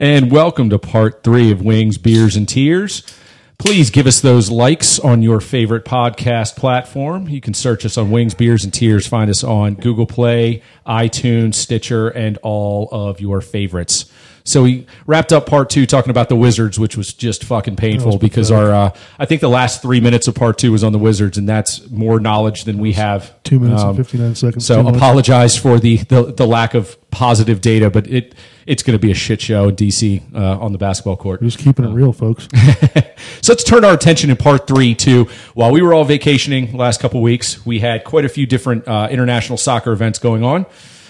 and welcome to part three of Wings, Beers, and Tears. Please give us those likes on your favorite podcast platform. You can search us on Wings, Beers, and Tears. Find us on Google Play, iTunes, Stitcher, and all of your favorites. So we wrapped up part two talking about the Wizards, which was just fucking painful because our uh, I think the last three minutes of part two was on the Wizards, and that's more knowledge than we have. Two minutes and 59 seconds. Um, So Too much. apologize for the, the the lack of positive data, but it it's going to be a shit show in DC uh, on the basketball court. Just keeping it real, folks. So let's turn our attention in part three to while we were all vacationing the last couple weeks, we had quite a few different uh, international soccer events going on.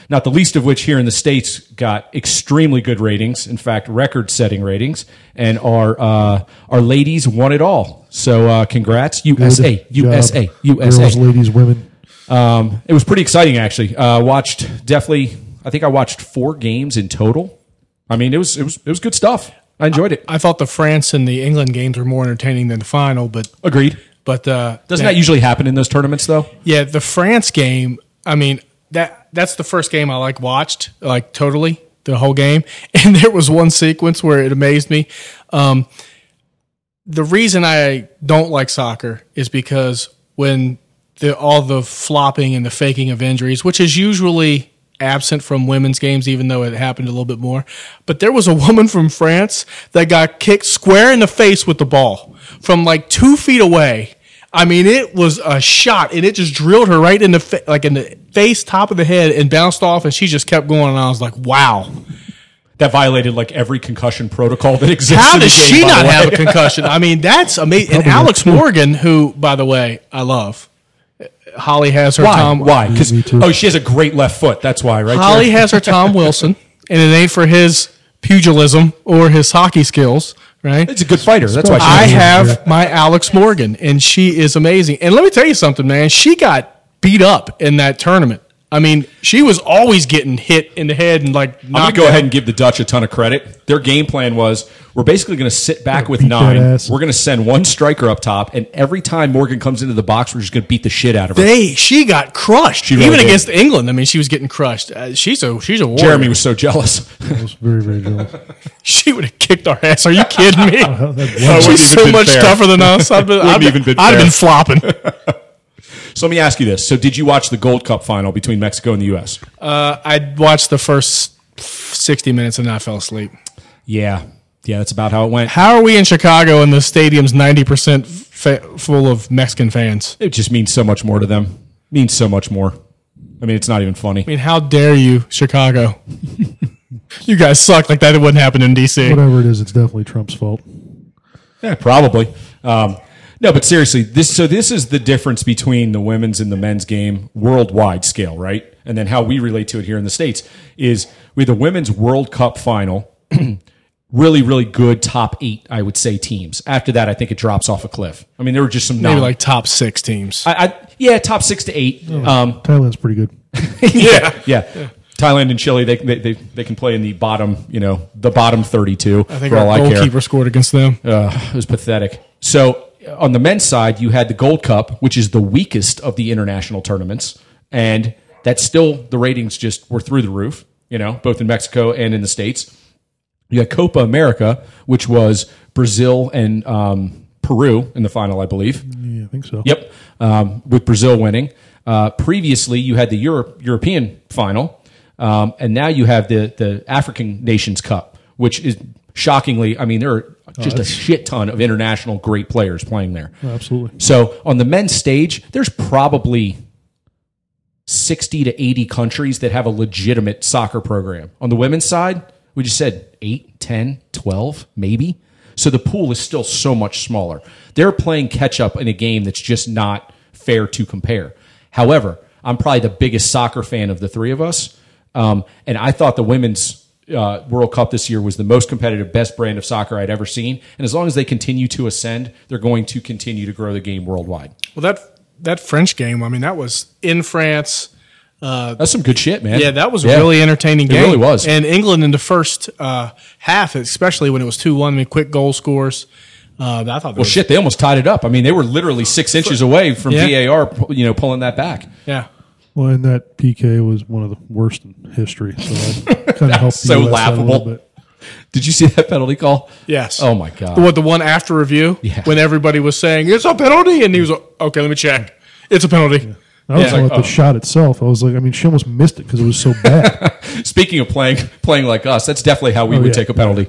Not the least of which here in the states got extremely good ratings. In fact, record-setting ratings, and our uh, our ladies won it all. So uh, congrats, USA, Good USA, job, USA. Girls, ladies, women. Um, it was pretty exciting, actually. Uh, watched definitely. I think I watched four games in total. I mean, it was it was it was good stuff. I enjoyed it. I thought the France and the England games were more entertaining than the final, but Agreed. but uh, Doesn't yeah, that usually happen in those tournaments, though? yeah the France game? I mean that that's the first game I like watched like totally the whole game, and there was one sequence where it amazed me. Um, the reason I don't like soccer is because when the all the flopping and the faking of injuries, which is usually absent from women's games, even though it happened a little bit more. But there was a woman from France that got kicked square in the face with the ball from like two feet away. I mean, it was a shot, and it just drilled her right in the fa- like in the face, top of the head, and bounced off, and she just kept going. And I was like, "Wow, That violated like every concussion protocol that exists. how in the does game, she by the not way. have a concussion? I mean, that's amazing. And Alex Morgan, who, by the way, I love. Holly has her Why? Tom. why? Because Me too. oh, she has a great left foot. That's why, right? Holly Jared? has her Tom Wilson, and it ain't for his pugilism or his hockey skills, right? It's a good fighter. That's why she I has- have my Alex Morgan, and she is amazing. And let me tell you something, man. She got beat up in that tournament. I mean, she was always getting hit in the head and like I'm knocked gonna go out. ahead and give the Dutch a ton of credit. Their game plan was we're basically gonna sit back with beat that nine. ass. We're gonna send one striker up top, and every time Morgan comes into the box, we're just gonna beat the shit out of her. They she got crushed really even did. against England. I mean, she was getting crushed. Uh, she's a she's a warrior. Jeremy was so jealous. I was very, very jealous. she would have kicked our ass. Are you kidding me? Uh, Uh, That she's even so been much fair. tougher than us. I've been, I've been, even been I'd have fair. been flopping. So let me ask you this: So did you watch the Gold Cup final between Mexico and the U.S.? Uh, I watched the first sixty minutes and I fell asleep. Yeah, yeah, that's about how it went. How are we in Chicago and the stadium's ninety percent fa- full of Mexican fans? It just means so much more to them. Means so much more. I mean, it's not even funny. I mean, how dare you, Chicago? you guys suck like that. It wouldn't happen in DC. Whatever it is, it's definitely Trump's fault. Yeah, probably. Um, no, but seriously, this so this is the difference between the women's and the men's game worldwide scale, right? And then how we relate to it here in the states is we had the women's World Cup final. Really, really good top eight, I would say, teams. After that, I think it drops off a cliff. I mean, there were just some Maybe non- like top six teams. I, I, yeah, top six to eight. Um, Thailand's pretty good. yeah, yeah. Thailand and Chile, they, they they they can play in the bottom, you know, the bottom thirty-two. I think for all our I care. goalkeeper scored against them. Uh, it was pathetic. So uh, on the men's side, you had the Gold Cup, which is the weakest of the international tournaments, and that's still the ratings just were through the roof. You know, both in Mexico and in the states. You had Copa America, which was Brazil and um, Peru in the final, I believe. Yeah, I think so. Yep, um, with Brazil winning. Uh, previously, you had the Europe, European final, um, and now you have the the African Nations Cup, which is shockingly, I mean, there are just a shit ton of international great players playing there. Absolutely. So on the men's stage, there's probably 60 to 80 countries that have a legitimate soccer program. On the women's side, we just said 8, 10, 12, maybe. So the pool is still so much smaller. They're playing catch up in a game that's just not fair to compare. However, I'm probably the biggest soccer fan of the three of us. Um, and I thought the women's uh, World Cup this year was the most competitive, best brand of soccer I'd ever seen. And as long as they continue to ascend, they're going to continue to grow the game worldwide. Well, that that French game, I mean, that was in France. That's some good shit, man. Uh, Yeah, that was a really entertaining It game. really was. And England in the first uh, half, especially when it was 2 1, I mean, quick goal scores. Uh, I thought that Well, was shit, they almost tied it up. I mean, they were literally six inches away from Yeah. VAR, you know, pulling that back. Yeah. Well, and that PK was one of the worst in history. So that kind of helped the so US out a little laughable. bit. Did you see that penalty call? Yes. Oh my god. What the one after review? Yeah. When everybody was saying it's a penalty, and he was like, "Okay, let me check. It's a penalty." I was Yeah. like, Like, oh. the shot itself. I was like, I mean, she almost missed it because it was so bad. Speaking of playing playing like us, that's definitely how we Oh, would yeah. take a penalty.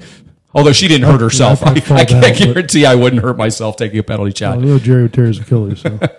Although she didn't hurt herself, I'd- I'd I, fall I can't down, but- guarantee I wouldn't hurt myself taking a penalty I shot. know Jerry would tear his Achilles. So.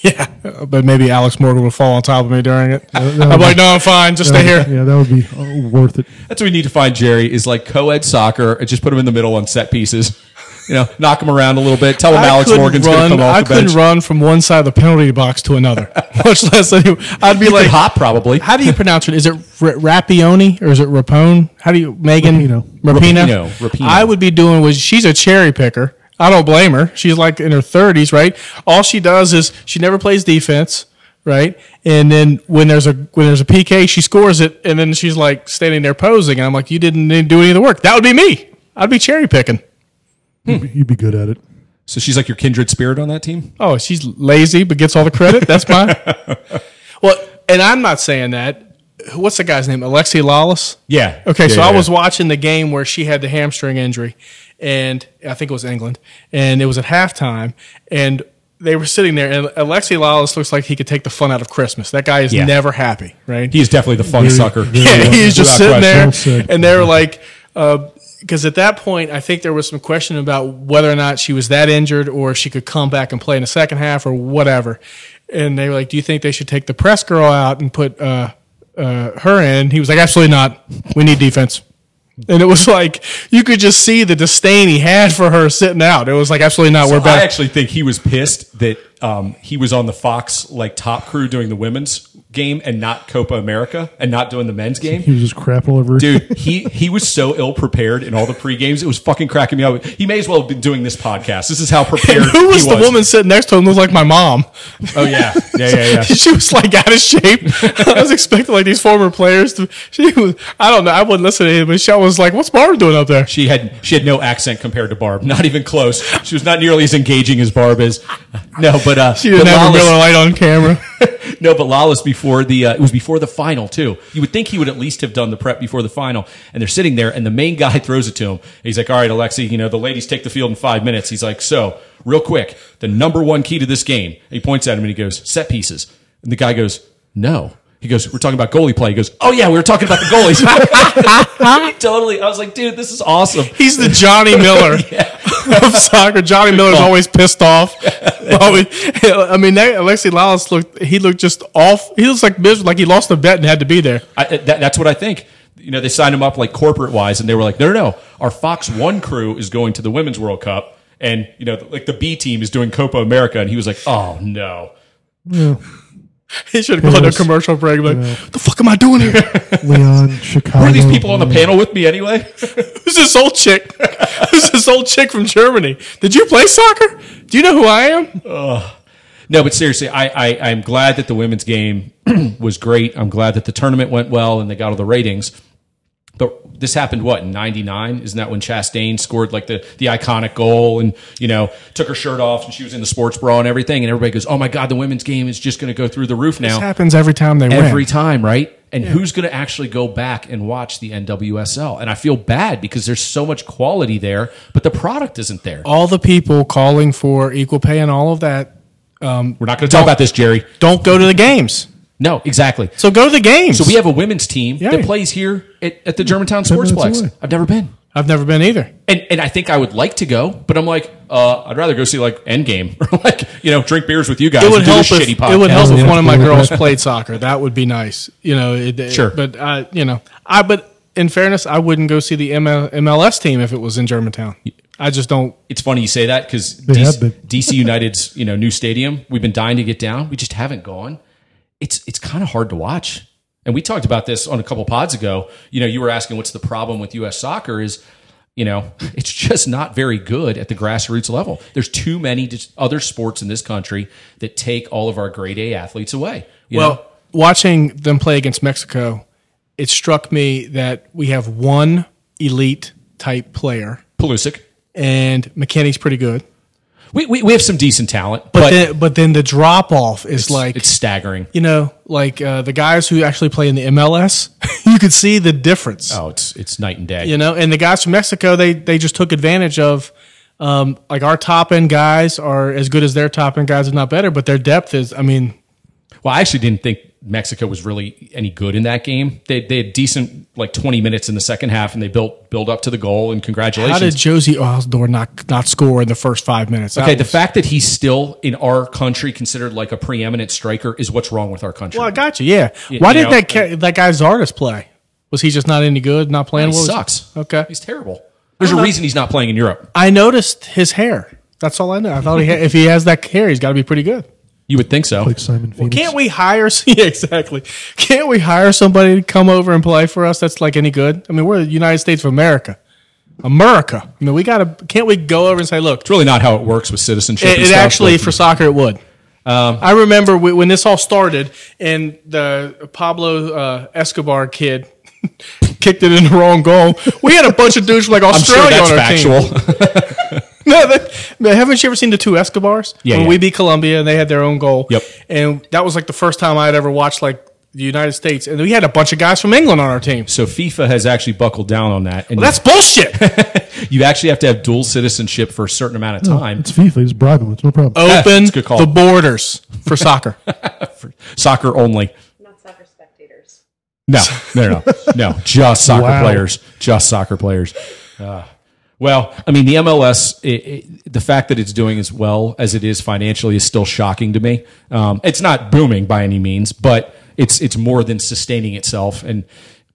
Yeah, Uh, but maybe Alex Morgan would fall on top of me during it. no, I'm like, no, I'm fine. Just stay here. Yeah, that would be uh, worth it. That's what we need to find Jerry is like co-ed soccer and just put him in the middle on set pieces. You know, knock him around a little bit. Tell him Alex couldn't Morgan's run, going to come off I the bench. couldn't run from one side of the penalty box to another, much less any, I'd be Like like, hot, probably. how do you pronounce it? Is it R- Rappioni or is it Rapone? How do you Megan Rapino. Rapino? Rapino, Rapino. I would be doing was she's a cherry picker. I don't blame her. She's like in her thirties, right? All she does is she never plays defense, right? And then when there's a when there's a PK, she scores it, and then she's like standing there posing, and I'm like, you didn't need to do any of the work. That would be me. I'd be cherry picking. You'd be good at it. So she's like your kindred spirit on that team. Oh, she's lazy but gets all the credit. That's mine. well, and I'm not saying that. What's the guy's name? Alexi Lawless. Yeah. Okay, Yeah, so yeah, I was yeah. watching the game where she had the hamstring injury, and I think it was England, and it was at halftime, and they were sitting there, and Alexi Lawless looks like he could take the fun out of Christmas. That guy is Yeah. never happy, right? He is definitely the fun sucker. yeah, he's just sitting Without there, question. Well said. and they were like, because at that point, I think there was some question about whether or not she was that injured or she could come back and play in the second half or whatever. And they were like, "Do you think they should take the press girl out and put uh, uh, her in?" He was like, "Absolutely not. We need defense." And it was like you could just see the disdain he had for her sitting out. It was like, "Absolutely not. We're I back." actually think he was pissed that um, he was on the Fox like top crew doing the women's game and not Copa America and not doing the men's game. He was just crapping all over. her. Dude, he he was so ill prepared in all the pre games. It was fucking cracking me up. He may as well have been doing this podcast. This is how prepared Who was he the woman sitting next to him? Looked like my mom. Oh yeah, yeah, yeah, yeah. she was like out of shape. I was expecting like these former players to. She was. I don't know. I wasn't listening to it, but she I was like, "What's Barb doing up there?" She had she had no accent compared to Barb. Not even close. She was not nearly as engaging as Barb is. No, but uh, She didn't but have a Lawless- Miller Light on camera. no, but Lawless before the uh, it was before the final too. You would think he would at least have done the prep before the final. And they're sitting there, and the main guy throws it to him. He's like, "All right, Alexi, you know the ladies take the field in five minutes." He's like, "So real quick, the number one key to this game." He points at him and he goes, "Set pieces." And the guy goes, "No." He goes, "We're talking about goalie play." He goes, "Oh yeah, we were talking about the goalies." totally. I was like, "Dude, this is awesome." He's the Johnny Miller of soccer. Johnny Miller's always pissed off. always, I mean, that, Alexi Lalas looked. He looked just off. He looks like miserable, like he lost a bet and had to be there. I, uh, that, that's what I think. You know, they signed him up like corporate wise, and they were like, no, no, no, our Fox One crew is going to the Women's World Cup, and you know, like the B team is doing Copa America, and he was like, oh no, He should have gone to a was- commercial break. Like, the fuck am I doing here? Leon, Chicago. are these people on the panel with me anyway? Who's this old chick? Who's this old chick from Germany? Did you play soccer? Do you know who I am? no, but seriously, I, I I'm glad that the women's game was great. I'm glad that the tournament went well and they got all the ratings. But this happened what in '99? Isn't that when Chastain scored like the the iconic goal and you know took her shirt off and she was in the sports bra and everything? And everybody goes, "Oh my God, the women's game is just going to go through the roof now." This happens every time they every win. time, right? And who's going to actually go back and watch the NWSL? And I feel bad because there's so much quality there, but the product isn't there. All the people calling for equal pay and all of that um, We're not going to talk about this, Jerry. don't go to the games. No, exactly. So go to the games. So we have a women's team Yeah. that plays here at, at the Germantown minutes Sportsplex. away. I've never been. I've never been either. And, and I think I would like to go, but I'm like, uh, I'd rather go see like Endgame or like, you know, drink beers with you guys. It would and do help this if shitty it would podcast. help if Yeah. one of my girls played soccer. That would be nice. You know, it, it- Sure. But uh, you know, I but in fairness, I wouldn't go see the ML, MLS team if it was in Germantown. I just don't. It's funny you say that because have been. DC, United's, you know, new stadium, we've been dying to get down. We just haven't gone. It's it's kind of hard to watch. And we talked about this on a couple pods ago. You know, you were asking what's the problem with US soccer is, you know, it's just not very good at the grassroots level. There's too many dis- other sports in this country that take all of our grade A athletes away. you know? Well, watching them play against Mexico, it struck me that we have one elite type player, Pulisic. and McKinney's pretty good. We, we, we have some decent talent, but, But, then, but then the drop off is like it's staggering. you know, like uh, the guys who actually play in the MLS, you could see the difference. Oh, it's it's night and day. You know, and the guys from Mexico, they they just took advantage of. Um, like our top end guys are as good as their top end guys, if not better. But their depth is, I mean, Well, I actually didn't think Mexico was really any good in that game. They they had decent like twenty minutes in the second half, and they built build up to the goal. And how congratulations. did Josie Osdor not not score in the first five minutes? That Okay, the was- fact that he's still in our country considered like a preeminent striker is what's wrong with our country. well, I got you. Yeah. Why you did know, not that ca- that guy Zardes play? Was he just not any good? Not playing? he What was- sucks. Okay. he's terrible. There's a reason he's not playing in Europe. I noticed his hair. That's all I know. I thought he had, if he has that hair, he's got to be pretty good. You would think so. like Simon Phoenix. Can't we hire? Yeah, exactly. Can't we hire somebody to come over and play for us? That's like any good. I mean, we're the United States of America, America. I mean, we gotta. Can't we go over and say, look, It's really not how it works with citizenship. it, and it stuff, actually but- for soccer it would. Um, I remember w- when this all started, and the Pablo uh, Escobar kid kicked it in the wrong goal. We had a bunch of dudes from like I'm sure Australia that's on our team. factual. No, that, man, haven't you ever seen the two Escobars? Yeah, when yeah. we beat Colombia and they had their own goal. Yep. And that was like the first time I had ever watched like the United States, and we had a bunch of guys from England on our team. so FIFA has actually buckled down on that, and That's bullshit. you actually have to have dual citizenship for a certain amount of time. Oh, Oh, It's FIFA. He's bribing him. It's no problem. Open That's a good call. the borders for soccer. soccer only. not soccer spectators. No, no, no, no. No, Just soccer Wow. players. Just soccer players. Uh, well, I mean, the MLS, it, it, the fact that it's doing as well as it is financially is still shocking to me. Um, it's not booming by any means, but it's it's more than sustaining itself. And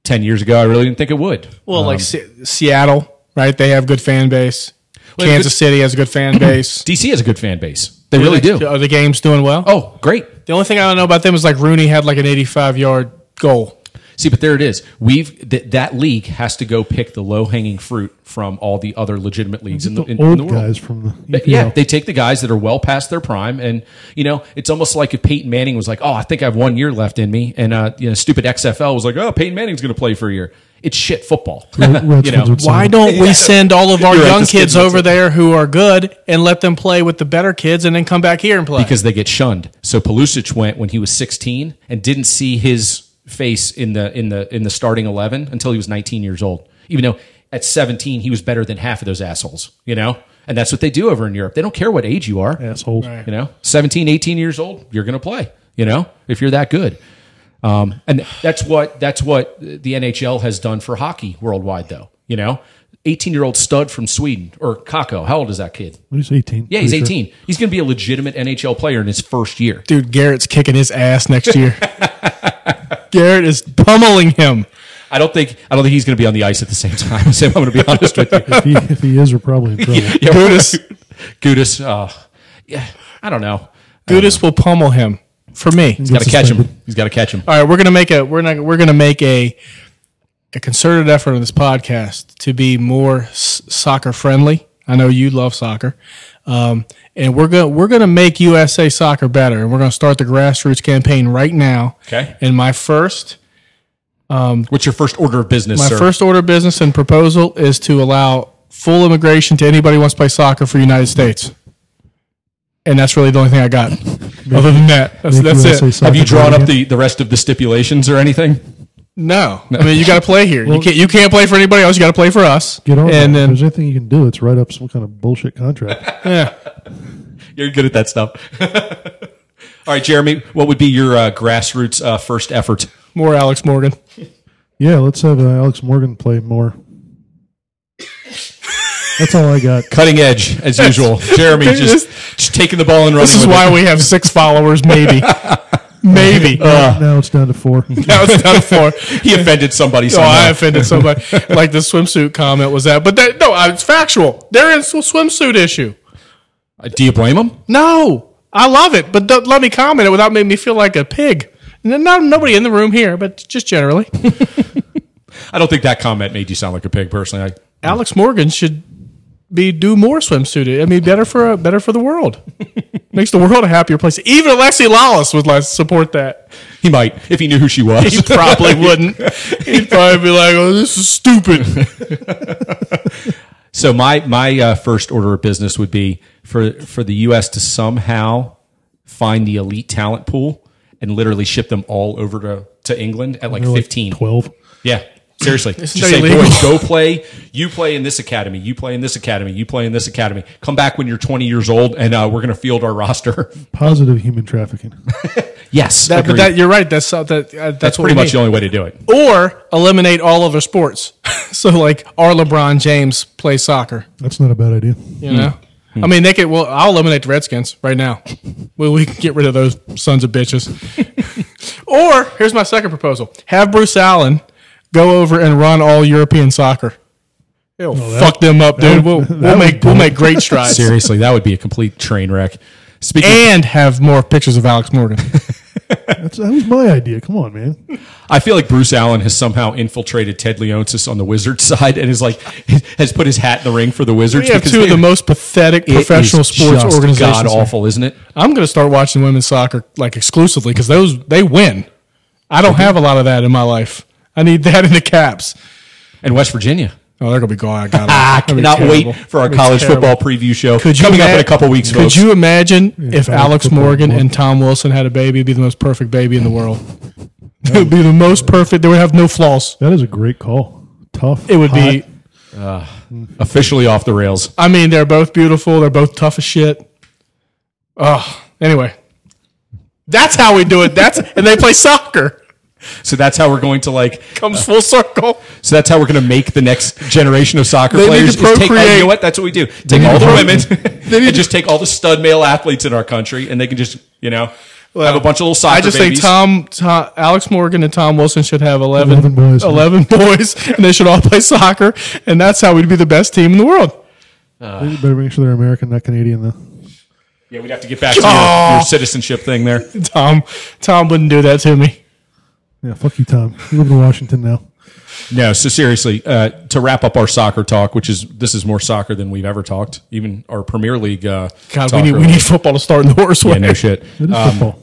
ten years ago, I really didn't think it would. Well, like Se- Seattle, right? They have good fan base. Well, Kansas good- City has a good fan base. DC has a good fan base. They really do. Are the games doing well? Oh, great. The only thing I don't know about them is like Rooney had like an 85 yard goal. See, but there it is. We've th- that league has to go pick the low hanging fruit from all the other legitimate leagues in the, in, in Old the world. guys from the But EPL. yeah, they take the guys that are well past their prime, and you know, it's almost like if Peyton Manning was like, "Oh, I think I have one year left in me," and uh, you know, stupid XFL was like, "Oh, Peyton Manning's going to play for a year." It's shit football. Redskins you know, would say Why don't we send all of our You're right, young this kids kid looks over like- there who are good and let them play with the better kids and then come back here and play? because they get shunned. So Pulisic went when he was 16 and didn't see his face in the in the in the starting 11 until he was 19 years old. Even though at 17 he was better than half of those assholes, you know? And that's what they do over in Europe. They don't care what age you are. assholes. You know, 17, 18 years old, you're going to play, you know, if you're that good. Um, and that's what that's what the NHL has done for hockey worldwide, though. You know, 18 year old stud from Sweden or Kako. How old is that kid? He's eighteen. Yeah, he's pretty sure. 18. He's going to be a legitimate NHL player in his first year. Dude, Garrett's kicking his ass next year. Garrett is pummeling him. I don't think I don't think he's going to be on the ice at the same time. as him, I'm going to be honest with you. If he, if he is, we're probably in trouble. Yeah, Gudis. Gudis. Uh, yeah, I don't know. Gudis will pummel him for me. Got to catch him. suspended. He's got to catch him. All right, we're gonna make a we're not we're gonna make a a concerted effort on this podcast to be more s- soccer friendly. I know you love soccer, um, and we're gonna we're gonna make USA soccer better, and we're gonna start the grassroots campaign right now. Okay. And my first What's your first order of business, my sir? first order of business and proposal is to allow full immigration to anybody who wants to play soccer for the United States. And that's really the only thing I got. Other than that, that's, Make that's USA it. soccer Have you great drawn up again. the, the rest of the stipulations or anything? No, I mean you got to play here. you can't you can't play for anybody else. You got to play for us. Get on. and that. then if there's anything you can do, it's write up some kind of bullshit contract. You're good at that stuff. All right, Jeremy, what would be your uh, grassroots uh, first effort? more Alex Morgan. yeah, let's have uh, Alex Morgan play more. That's all I got. Cutting edge, as usual. Jeremy just, just taking the ball and running. This is with why we have six followers, maybe, maybe. now it's down to four. Now it's done for. it. he offended somebody. Oh, somehow. I offended somebody. like the swimsuit comment was that, but that, no, I- it's factual. They're in a swimsuit issue. Uh, Do you blame him? No, I love it, but don't let me comment it without making me feel like a pig. No, no- nobody in the room here, but just generally, I don't think that comment made you sound like a pig. Personally, I, Alex Morgan should be do more swimsuit. I mean, better for uh, better for the world. Makes the world a happier place. Even Alexi Lawless would like support that. he might if he knew who she was. He probably wouldn't. He'd probably be like, "Oh, this is stupid." So my my uh, first order of business would be for for the U.S. to somehow find the elite talent pool and literally ship them all over to to England at like They're like fifteen. 12. Yeah. Seriously. Just say, illegal. boys, go play. You play in this academy. You play in this academy. You play in this academy. Come back when you're 20 years old, and uh, we're going to field our roster. Positive human trafficking. yes. That, but agreed. that, you're right. That's uh, that, uh, that's, that's what pretty we much need. the only way to do it. or eliminate all other sports. so like our LeBron James plays soccer. That's not a bad idea. You know, Hmm. I mean they could. Well, I'll eliminate the Redskins right now. we we can get rid of those sons of bitches. or here's my second proposal: have Bruce Allen go over and run all European soccer. It'll fuck them up, dude. We'll, we'll make we'll make great strides. Seriously, that would be a complete train wreck. Speaking And have more pictures of Alex Morgan. That's, that was my idea. Come on, man. I feel like Bruce Allen has somehow infiltrated Ted Leonsis on the Wizards side and is like has put his hat in the ring for the Wizards. We have two of the most pathetic professional sports God organizations. awful, isn't it? I'm going to start watching women's soccer like exclusively because those they win. I don't have a lot of that in my life. I need that in the caps. And West Virginia. Oh, they're going to be gone. I got 'em. I That'd be cannot terrible. wait for our That'd be college terrible. football preview show Could you coming up ima- in a couple weeks. Could folks. you imagine if college Alex football. Morgan and Tom Wilson had a baby, it'd be the most perfect baby in the world? it would be the most perfect. They would have no flaws. That is a great call. Tough. It would be. hot. officially off the rails? I mean, they're both beautiful. They're both tough as shit. Oh, anyway, that's how we do it. That's and they play soccer. So that's how we're going to like. Comes full circle. So that's how we're going to make the next generation of soccer They need players. to is take, oh, you procreate. know what? That's what we do. Take all the women. They need just take all the stud male athletes in our country, and they can just you know have a bunch of little soccer. I just babies. think Tom, Tom, Alex Morgan, and Tom Wilson should have 11, 11 boys. 11 boys, and they should all play soccer, and that's how we'd be the best team in the world. You better make sure they're American, not Canadian, though. Yeah, we'd have to get back to your, your citizenship thing there. Tom, Tom wouldn't do that to me. Yeah, fuck you, Tom. You live in Washington now. No, so seriously, uh, to wrap up our soccer talk, which is this is more soccer than we've ever talked, even our Premier League. Uh, God, talk we need, we earlier. need football to start in the worst way. yeah, no shit. It is football.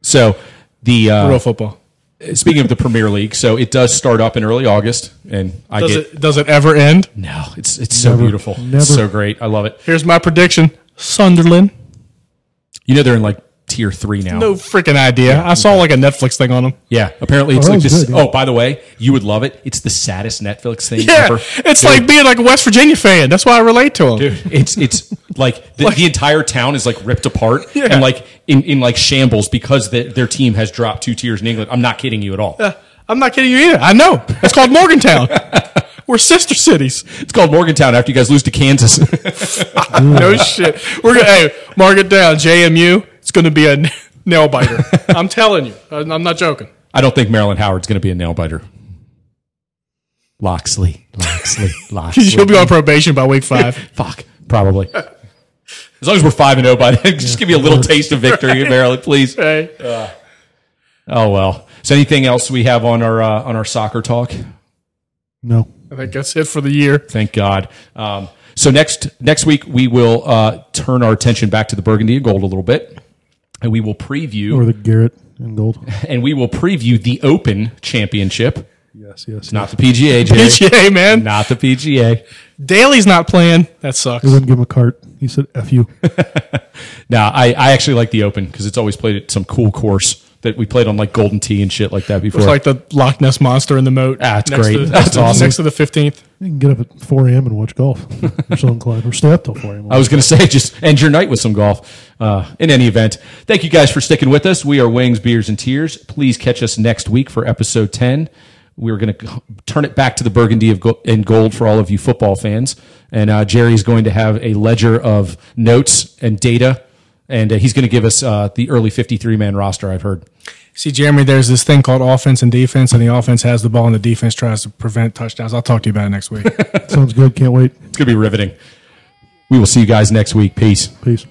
So the uh, Real football. speaking of the Premier League, so it does start up in early August, and I Does get it, does it ever end? no, it's it's so Never, beautiful, It's never. so great, I love it. Here's my prediction Sunderland. You know they're in like tier three now. No freaking idea. I saw like a Netflix thing on them. Yeah, apparently it's Oh, that like was this. good, yeah. oh, by the way, you would love it. It's the saddest Netflix thing Yeah, ever. it's like being like a West Virginia fan. That's why I relate to them. it's it's like the, the entire town is like ripped apart Yeah. and like in, in like shambles because the, their team has dropped two tiers in England. I'm not kidding you at all. I'm not kidding you either. I know. It's called Morgantown. We're sister cities. It's called Morgantown after you guys lose to Kansas. no shit. We're gonna hey, mark it down. JMU. It's gonna be a n- nail biter. I'm telling you. I'm I'm not joking. I don't think Maryland Howard's going to be a nail biter. Loxley, Loxley, Loxley. You'll be on probation by week five. Fuck, probably. As long as we're five and zero by then, just give me a little taste of victory in Maryland, please. Hey, Oh well. So anything else we have on our uh, on our soccer talk? No. I think that's it for the year. Thank God. Um, so next next week we will uh, turn our attention back to the Burgundy and Gold a little bit, and we will Or preview the Garrett and Gold. and we will preview the Open Championship, Yes, yes. not the PGA, Jay. PGA man. not the PGA. Daly's not playing. That sucks. He wouldn't give him a cart. He said, F you. No, I, I actually like the Open because it's always played at some cool course that we played on like Golden Tee and shit like that before. It's like the Loch Ness monster in the moat. Ah, it's Next great. to- That's awesome. Next to the fifteenth. You can get up at 4 a.m. and watch golf. You're so inclined. Or stay up till 4 a.m. I was going to say, just end your night with some golf. Uh, in any event, thank you guys for sticking with us. We are Wings, Beers, and Tears. Please catch us next week for episode 10. We're going to turn it back to the burgundy of go- and gold for all of you football fans. And uh, Jerry's going to have a ledger of notes and data. And uh, he's going to give us uh, the early 53 man roster, I've heard. See, Jeremy, there's this thing called offense and defense, and the offense has the ball, and the defense tries to prevent touchdowns. I'll talk to you about it next week. Sounds good. Can't wait. It's going to be riveting. We will see you guys next week. Peace. Peace.